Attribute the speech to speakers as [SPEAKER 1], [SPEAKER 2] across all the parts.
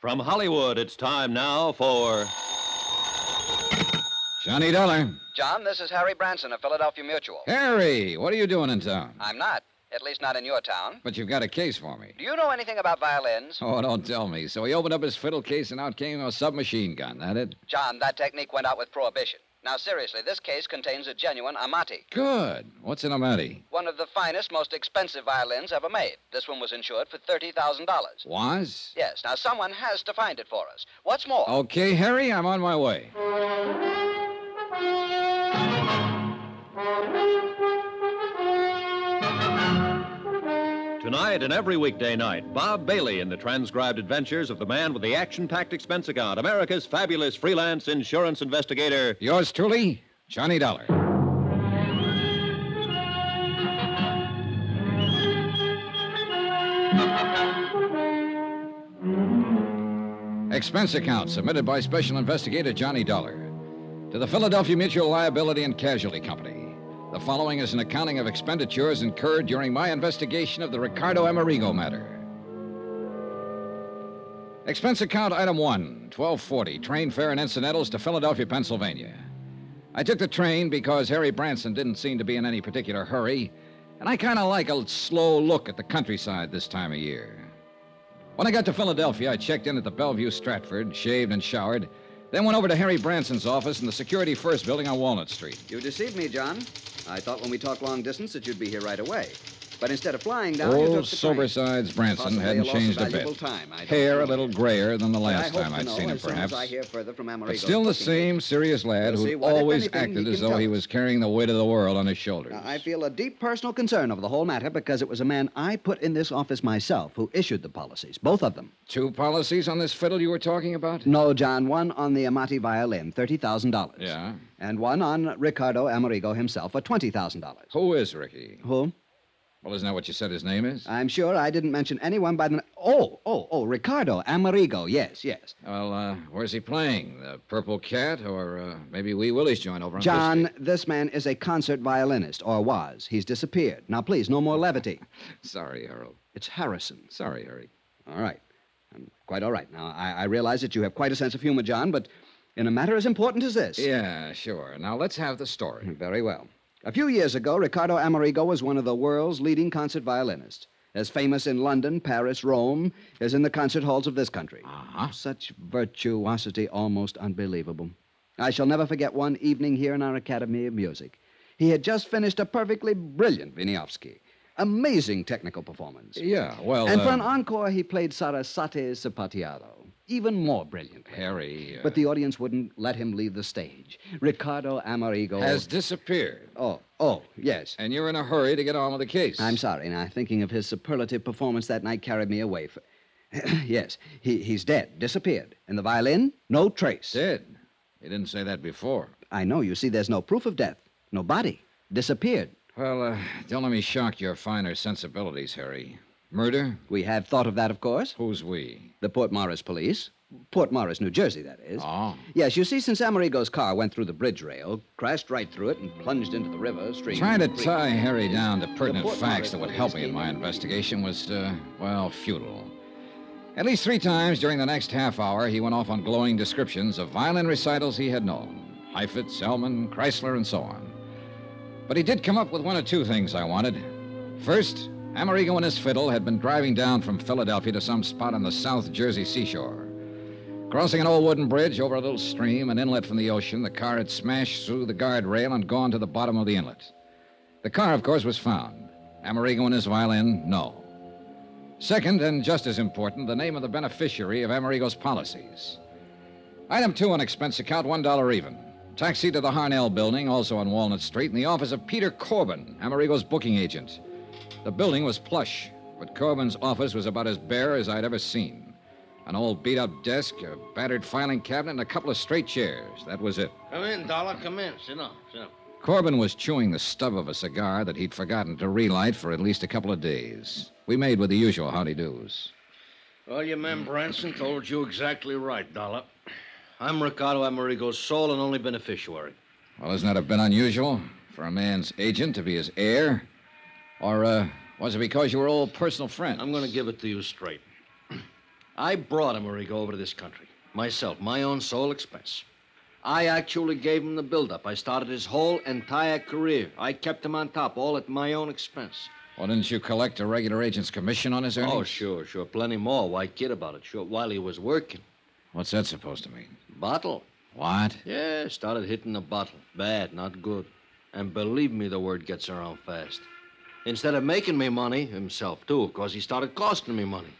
[SPEAKER 1] From Hollywood, it's time now for.
[SPEAKER 2] Johnny Dollar.
[SPEAKER 3] John, this is Harry Branson of Philadelphia Mutual.
[SPEAKER 2] Harry, what are you doing in town?
[SPEAKER 3] I'm not, at least not in your town.
[SPEAKER 2] But you've got a case for me.
[SPEAKER 3] Do you know anything about violins?
[SPEAKER 2] Oh, don't tell me. So he opened up his fiddle case and out came a submachine gun, that it?
[SPEAKER 3] John, that technique went out with prohibition. Now, seriously, this case contains a genuine Amati,
[SPEAKER 2] Good. What's in a matty?
[SPEAKER 3] one of the finest, most expensive violins ever made. This one was insured for $30,000.
[SPEAKER 2] Was?
[SPEAKER 3] Yes, now someone has to find it for us. What's more,
[SPEAKER 2] Okay, Harry, I'm on my way.
[SPEAKER 1] Tonight and every weekday night, Bob Bailey in the transcribed adventures of the man with the action packed expense account, America's fabulous freelance insurance investigator.
[SPEAKER 2] Yours truly, Johnny Dollar. Expense account submitted by Special Investigator Johnny Dollar to the Philadelphia Mutual Liability and Casualty Company. The following is an accounting of expenditures incurred during my investigation of the Ricardo Amerigo matter. Expense account item one, 1240, train fare and incidentals to Philadelphia, Pennsylvania. I took the train because Harry Branson didn't seem to be in any particular hurry, and I kind of like a slow look at the countryside this time of year. When I got to Philadelphia, I checked in at the Bellevue Stratford, shaved and showered, then went over to Harry Branson's office in the Security First building on Walnut Street.
[SPEAKER 3] you deceived me, John. I thought when we talked long distance that you'd be here right away. But instead of flying down, you took
[SPEAKER 2] Old
[SPEAKER 3] the
[SPEAKER 2] sober
[SPEAKER 3] train.
[SPEAKER 2] sides Branson
[SPEAKER 3] Possibly
[SPEAKER 2] hadn't
[SPEAKER 3] a loss of
[SPEAKER 2] changed a
[SPEAKER 3] valuable
[SPEAKER 2] bit.
[SPEAKER 3] time. I don't
[SPEAKER 2] Hair
[SPEAKER 3] know.
[SPEAKER 2] a little grayer than the
[SPEAKER 3] But I
[SPEAKER 2] last
[SPEAKER 3] hope
[SPEAKER 2] time
[SPEAKER 3] to
[SPEAKER 2] I'd
[SPEAKER 3] know
[SPEAKER 2] seen him,
[SPEAKER 3] as soon
[SPEAKER 2] perhaps.
[SPEAKER 3] As I hear further from
[SPEAKER 2] But
[SPEAKER 3] Amerigo's
[SPEAKER 2] still the
[SPEAKER 3] booking
[SPEAKER 2] same serious lad
[SPEAKER 3] We'll see
[SPEAKER 2] who
[SPEAKER 3] what, if
[SPEAKER 2] always
[SPEAKER 3] anything,
[SPEAKER 2] acted
[SPEAKER 3] he
[SPEAKER 2] as
[SPEAKER 3] can
[SPEAKER 2] though he
[SPEAKER 3] tell us.
[SPEAKER 2] was carrying the weight of the world on his shoulders.
[SPEAKER 3] agent. I feel a deep personal concern over the whole matter because it was a man I put in this office myself who issued the policies, both of them.
[SPEAKER 2] Two policies on this fiddle you were talking about?
[SPEAKER 3] No, John, one on the Amati violin, $30,000.
[SPEAKER 2] Yeah.
[SPEAKER 3] And one on Ricardo Amerigo himself for $20,000.
[SPEAKER 2] Who is Ricky?
[SPEAKER 3] Who?
[SPEAKER 2] Well, isn't that what you said his name is?
[SPEAKER 3] I'm sure I didn't mention anyone by the. Oh, oh, oh, Ricardo Amerigo. Yes, yes.
[SPEAKER 2] Well, uh, where's he playing? The Purple Cat or uh, maybe Wee Willie's joint over on Fifth
[SPEAKER 3] John, this man is a concert violinist, or was. He's disappeared. Now, please, no more levity.
[SPEAKER 2] Street? Sorry, Harold.
[SPEAKER 3] It's Harrison.
[SPEAKER 2] Sorry, Harry.
[SPEAKER 3] All right. I'm quite all right now. I, I realize that you have quite a sense of humor, John, but in a matter as important as this.
[SPEAKER 2] Yeah, sure. Now let's have the story.
[SPEAKER 3] Very well. A few years ago, Ricardo Amerigo was one of the world's leading concert violinists, as famous in London, Paris, Rome, as in the concert halls of this country.
[SPEAKER 2] Uh-huh.
[SPEAKER 3] Such virtuosity, almost unbelievable. I shall never forget one evening here in our Academy of Music. He had just finished a perfectly brilliant Wieniawski. Amazing technical performance.
[SPEAKER 2] Yeah, well.
[SPEAKER 3] And for
[SPEAKER 2] uh,
[SPEAKER 3] an encore, he played Sarasate Zapatiado, even more brilliantly.
[SPEAKER 2] Harry. Uh,
[SPEAKER 3] But the audience wouldn't let him leave the stage. Ricardo Amerigo
[SPEAKER 2] has disappeared.
[SPEAKER 3] Oh, oh, yes.
[SPEAKER 2] And you're in a hurry to get on with the case.
[SPEAKER 3] I'm sorry. Now, thinking of his superlative performance that night carried me away. For... yes, he, he's dead, disappeared. And the violin? No trace.
[SPEAKER 2] Dead. You didn't say that before.
[SPEAKER 3] I know. You see, there's no proof of death. No body. Disappeared.
[SPEAKER 2] Well, uh, don't let me shock your finer sensibilities, Harry. Murder?
[SPEAKER 3] We have thought of that, of course.
[SPEAKER 2] Who's we?
[SPEAKER 3] The Port Morris police. Port Morris, New Jersey, that is.
[SPEAKER 2] Oh.
[SPEAKER 3] Yes, you see, since Amerigo's car went through the bridge rail, crashed right through it, and plunged into the river stream.
[SPEAKER 2] Trying to
[SPEAKER 3] creek.
[SPEAKER 2] tie Harry down to pertinent
[SPEAKER 3] Port
[SPEAKER 2] facts
[SPEAKER 3] Morris
[SPEAKER 2] that would
[SPEAKER 3] police
[SPEAKER 2] help me in
[SPEAKER 3] came
[SPEAKER 2] my
[SPEAKER 3] in.
[SPEAKER 2] investigation was, uh, well, futile. At least three times during the next half hour, he went off on glowing descriptions of violin recitals he had known Heifetz, Selman, Chrysler, and so on. But he did come up with one or two things I wanted. First, Amerigo and his fiddle had been driving down from Philadelphia to some spot on the South Jersey seashore. Crossing an old wooden bridge over a little stream, an inlet from the ocean, the car had smashed through the guardrail and gone to the bottom of the inlet. The car, of course, was found. Amerigo and his violin, no. Second, and just as important, the name of the beneficiary of Amerigo's policies. Item two on expense account, $1 even. Taxi to the Harnell building, also on Walnut Street, in the office of Peter Corbin, Amerigo's booking agent. The building was plush, but Corbin's office was about as bare as I'd ever seen. An old beat up desk, a battered filing cabinet, and a couple of straight chairs. That was it.
[SPEAKER 4] Come in, Dollar. Come in. Sit down. Sit down.
[SPEAKER 2] Corbin was chewing the stub of a cigar that he'd forgotten to relight for at least a couple of days. We made with the usual howdy doos.
[SPEAKER 4] Well, your man Branson told you exactly right, Dollar. I'm Ricardo Amerigo's sole and only beneficiary.
[SPEAKER 2] Well, isn't that a bit unusual for a man's agent to be his heir? Or uh, was it because you were old personal friends?
[SPEAKER 4] I'm going to give it to you straight. I brought Amerigo over to this country. Myself, my own sole expense. I actually gave him the buildup. I started his whole entire career. I kept him on top, all at my own expense.
[SPEAKER 2] Well, didn't you collect a regular agent's commission on his earnings?
[SPEAKER 4] Oh, sure, sure. Plenty more. Why kid about it? Sure. While he was working.
[SPEAKER 2] What's that supposed to mean?
[SPEAKER 4] Bottle.
[SPEAKER 2] What?
[SPEAKER 4] Yeah, started hitting the bottle. Bad, not good. And believe me, the word gets around fast. Instead of making me money, himself too, because he started costing me money.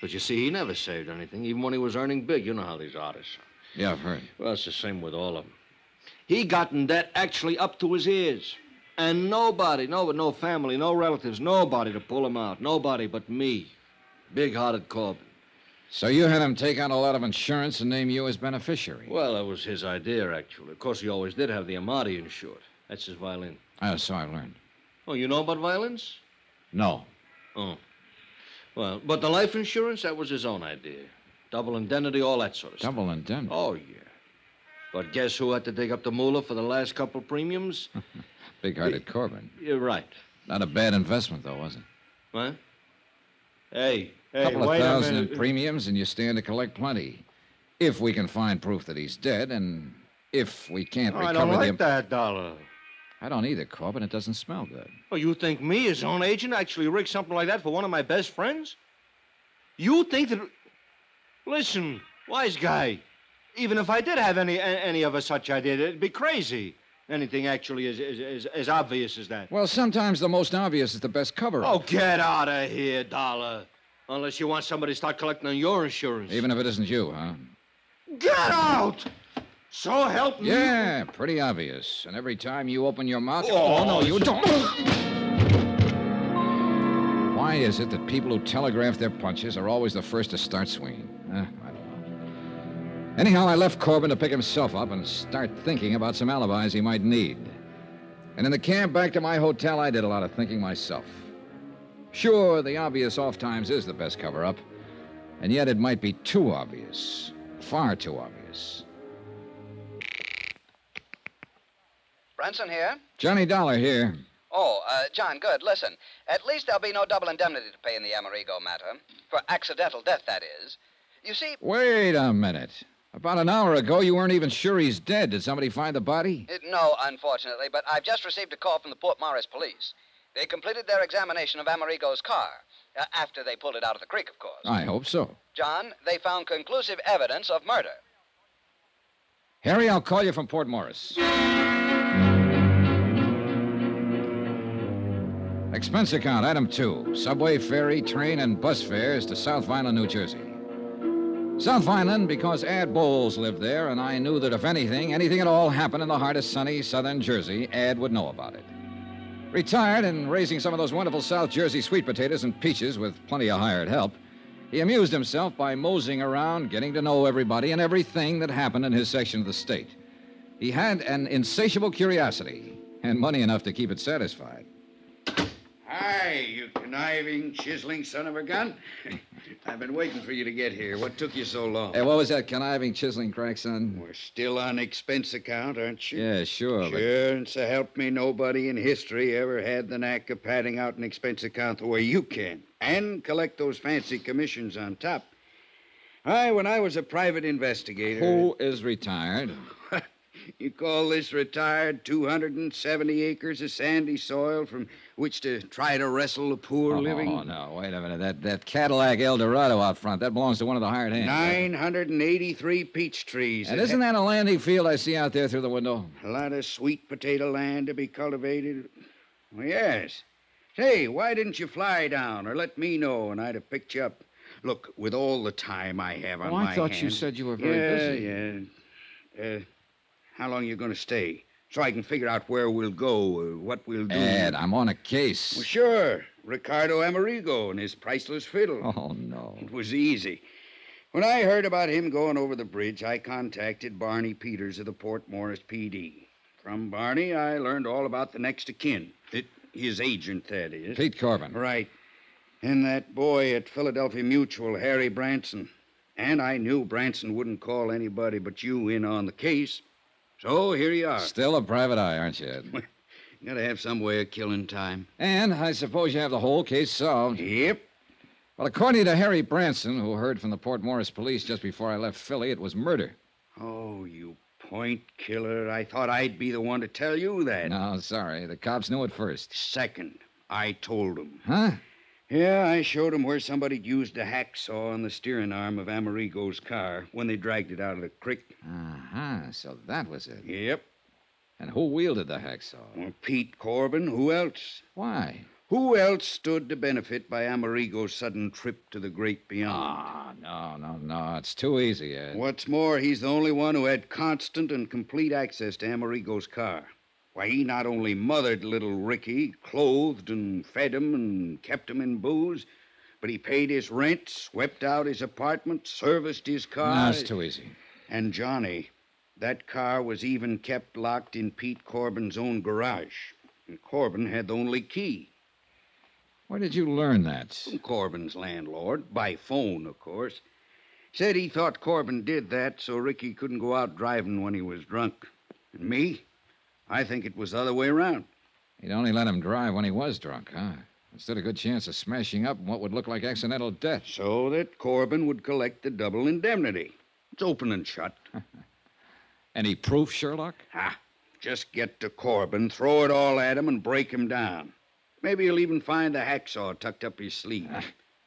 [SPEAKER 4] But you see, he never saved anything, even when he was earning big. You know how these artists are.
[SPEAKER 2] Yeah, I've heard.
[SPEAKER 4] Well, it's the same with all of them. He got in debt actually up to his ears. And nobody, no, no family, no relatives, nobody to pull him out. Nobody but me. Big hearted Corbin.
[SPEAKER 2] So you had him take out a lot of insurance and name you as beneficiary.
[SPEAKER 4] Well, that was his idea, actually. Of course, he always did have the Amati insured. That's his violin.
[SPEAKER 2] Oh, so I've learned.
[SPEAKER 4] Oh, you know about violins?
[SPEAKER 2] No.
[SPEAKER 4] Oh. Well, but the life insurance, that was his own idea. Double indemnity, all that sort of stuff.
[SPEAKER 2] Double indemnity.
[SPEAKER 4] Oh, yeah. But guess who had to dig up the moolah for the last couple premiums?
[SPEAKER 2] Big hearted Corbin.
[SPEAKER 4] You're right.
[SPEAKER 2] Not a bad investment, though, was it?
[SPEAKER 4] Huh? Hey,
[SPEAKER 2] A
[SPEAKER 5] Hey,
[SPEAKER 2] couple of
[SPEAKER 5] wait a
[SPEAKER 2] thousand
[SPEAKER 5] minute.
[SPEAKER 2] in premiums, and you stand to collect plenty. If we can find proof that he's dead, and if we can't
[SPEAKER 5] No,
[SPEAKER 2] recover
[SPEAKER 5] Oh, I don't
[SPEAKER 2] the.
[SPEAKER 5] like that dollar.
[SPEAKER 2] I don't either, Corbin. It doesn't smell good.
[SPEAKER 4] Oh, you think me, his own agent, actually rigged something like that for one of my best friends? You think that. Listen, wise guy. Even if I did have any a- any of a such idea, it'd be crazy. Anything actually as as, as, as obvious as that.
[SPEAKER 2] Well, sometimes the most obvious is the best cover up.
[SPEAKER 4] Oh, get out of here, Dollar. Unless you want somebody to start collecting on your insurance.
[SPEAKER 2] Even if it isn't you, huh?
[SPEAKER 4] Get out! So help me.
[SPEAKER 2] Yeah, pretty obvious. And every time you open your mouth.
[SPEAKER 4] Oh,
[SPEAKER 2] no, you don't. Why is it that people who telegraph their punches are always the first to start swinging? Eh, I don't know. Anyhow, I left Corbin to pick himself up and start thinking about some alibis he might need. And in the cab back to my hotel, I did a lot of thinking myself. Sure, the obvious off times is the best cover up, and yet it might be too obvious, far too obvious.
[SPEAKER 6] Branson here.
[SPEAKER 2] Johnny Dollar here.
[SPEAKER 6] Oh, uh, John, good. Listen, at least there'll be no double indemnity to pay in the Amerigo matter. For accidental death, that is. You see,
[SPEAKER 2] Wait a minute. About an hour ago, you weren't even sure he's dead. Did somebody find the body?
[SPEAKER 6] it, no, unfortunately, but I've just received a call from the Port Morris police. They completed their examination of Amerigo's car. Uh, after they pulled it out of the creek, of course.
[SPEAKER 2] I hope so.
[SPEAKER 6] John, they found conclusive evidence of murder.
[SPEAKER 2] Harry, I'll call you from Port Morris. Expense account, item two subway, ferry, train, and bus fares to South Vineland, New Jersey. South Vineland, because Ad Bowles lived there, and I knew that if anything, anything at all happened in the heart of sunny southern Jersey, Ad would know about it. Retired and raising some of those wonderful South Jersey sweet potatoes and peaches with plenty of hired help, he amused himself by moseying around, getting to know everybody and everything that happened in his section of the state. He had an insatiable curiosity and money enough to keep it satisfied.
[SPEAKER 3] Hi, you conniving, chiseling son of a gun. I've been waiting for you to get here. What took you so long?
[SPEAKER 2] Hey, what was that conniving, chiseling crack, son?
[SPEAKER 3] We're still on expense account, aren't you?
[SPEAKER 2] Yeah, sure, but
[SPEAKER 3] Sure, and so help me, nobody in history ever had the knack of padding out an expense account the way you can and collect those fancy commissions on top. I, when I was a private investigator.
[SPEAKER 2] who is retired?
[SPEAKER 3] You call this retired 270 acres of sandy soil from which to try to wrestle a poor
[SPEAKER 2] oh,
[SPEAKER 3] living?
[SPEAKER 2] no, wait a minute. That, that Cadillac Eldorado out front, that belongs to one of the hired hands.
[SPEAKER 3] 983 peach trees.
[SPEAKER 2] And
[SPEAKER 3] that
[SPEAKER 2] isn't that a landing field I see out there through the window?
[SPEAKER 3] A lot of sweet potato land to be cultivated. Well, yes. Say, why didn't you fly down or let me know and I'd have picked you up? Look, with all the time I have on
[SPEAKER 2] Oh,
[SPEAKER 3] my
[SPEAKER 2] I thought you
[SPEAKER 3] hands-
[SPEAKER 2] said you were very busy.
[SPEAKER 3] Yeah, yeah. Uh, how long you going to stay? So I can figure out where we'll go, uh, what we'll do.
[SPEAKER 2] Ed, I'm on a case.
[SPEAKER 3] Well, sure. Ricardo Amerigo and his priceless fiddle.
[SPEAKER 2] Oh, no.
[SPEAKER 3] It was easy. When I heard about him going over the bridge, I contacted Barney Peters of the Port Morris PD. From Barney, I learned all about the next of kin. It, his agent, that is.
[SPEAKER 2] Pete Corbin.
[SPEAKER 3] Right. And that boy at Philadelphia Mutual, Harry Branson. And I knew Branson wouldn't call anybody but you in on the case. So here you are.
[SPEAKER 2] Still a private eye, aren't you, Ed?
[SPEAKER 3] Gotta have some way of killing time.
[SPEAKER 2] And I suppose you have the whole case solved.
[SPEAKER 3] Yep.
[SPEAKER 2] Well, according to Harry Branson, who heard from the Port Morris police just before I left Philly, it was murder.
[SPEAKER 7] Oh, you point killer. I thought I'd be the one to tell you that.
[SPEAKER 2] No, sorry. The cops knew it first.
[SPEAKER 7] Second, I told him.
[SPEAKER 2] Huh?
[SPEAKER 7] Yeah, I showed him where somebody'd used a hacksaw on the steering arm of Amerigo's car when they dragged it out of the creek.
[SPEAKER 2] Uh huh. So that was it.
[SPEAKER 7] Yep.
[SPEAKER 2] And who wielded the hacksaw?
[SPEAKER 7] Well, Pete Corbin, who else?
[SPEAKER 2] Why?
[SPEAKER 7] Who else stood to benefit by Amerigo's sudden trip to the great beyond?
[SPEAKER 2] Ah, no, no, no. It's too easy, Ed.
[SPEAKER 7] What's more, he's the only one who had constant and complete access to Amerigo's car. Why, he not only mothered little Ricky, clothed and fed him and kept him in booze, but he paid his rent, swept out his apartment, serviced his
[SPEAKER 2] No,
[SPEAKER 7] car.
[SPEAKER 2] it's too easy.
[SPEAKER 7] And Johnny, that car was even kept locked in Pete Corbin's own garage. And Corbin had the only key.
[SPEAKER 2] Where did you learn that?
[SPEAKER 7] From Corbin's landlord, by phone, of course. Said he thought Corbin did that so Ricky couldn't go out driving when he was drunk. And me? I think it was the other way around.
[SPEAKER 2] He'd only let him drive when he was drunk, huh? It stood a good chance of smashing up in what would look like accidental death.
[SPEAKER 7] So that Corbin would collect the double indemnity. It's open and shut.
[SPEAKER 2] Any proof, Sherlock?
[SPEAKER 7] Ah, just get to Corbin, throw it all at him, and break him down. Maybe he'll even find the hacksaw tucked up his sleeve.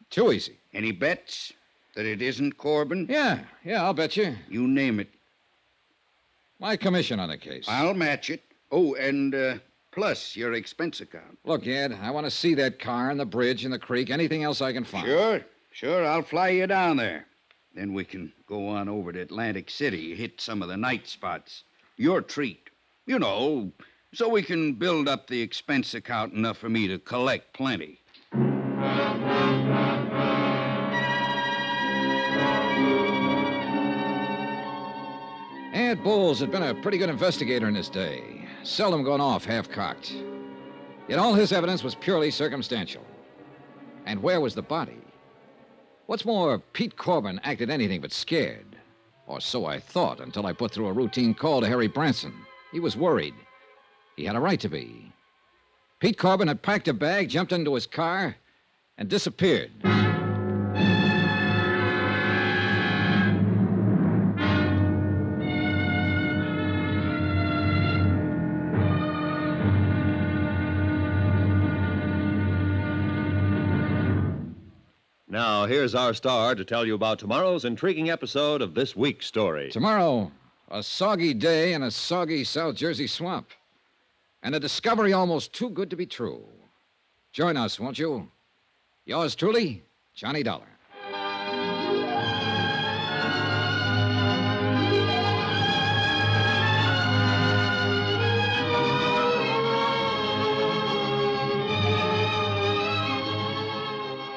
[SPEAKER 2] Too easy.
[SPEAKER 7] Any bets that it isn't Corbin?
[SPEAKER 2] Yeah, yeah, I'll bet you.
[SPEAKER 7] You name it.
[SPEAKER 2] My commission on the case.
[SPEAKER 7] I'll match it. Oh, and uh, plus your expense account.
[SPEAKER 2] Look, Ed, I want to see that car and the bridge and the creek, anything else I can find.
[SPEAKER 7] Sure, sure. I'll fly you down there. Then we can go on over to Atlantic City, hit some of the night spots. Your treat. You know, so we can build up the expense account enough for me to collect plenty.
[SPEAKER 2] Ed Bowles had been a pretty good investigator in his day, seldom gone off half cocked. Yet all his evidence was purely circumstantial. And where was the body? What's more, Pete Corbin acted anything but scared. Or so I thought until I put through a routine call to Harry Branson. He was worried. He had a right to be. Pete Corbin had packed a bag, jumped into his car, and disappeared.
[SPEAKER 1] Now, here's our star to tell you about tomorrow's intriguing episode of this week's story.
[SPEAKER 2] Tomorrow, a soggy day in a soggy South Jersey swamp. And a discovery almost too good to be true. Join us, won't you? Yours truly, Johnny Dollar.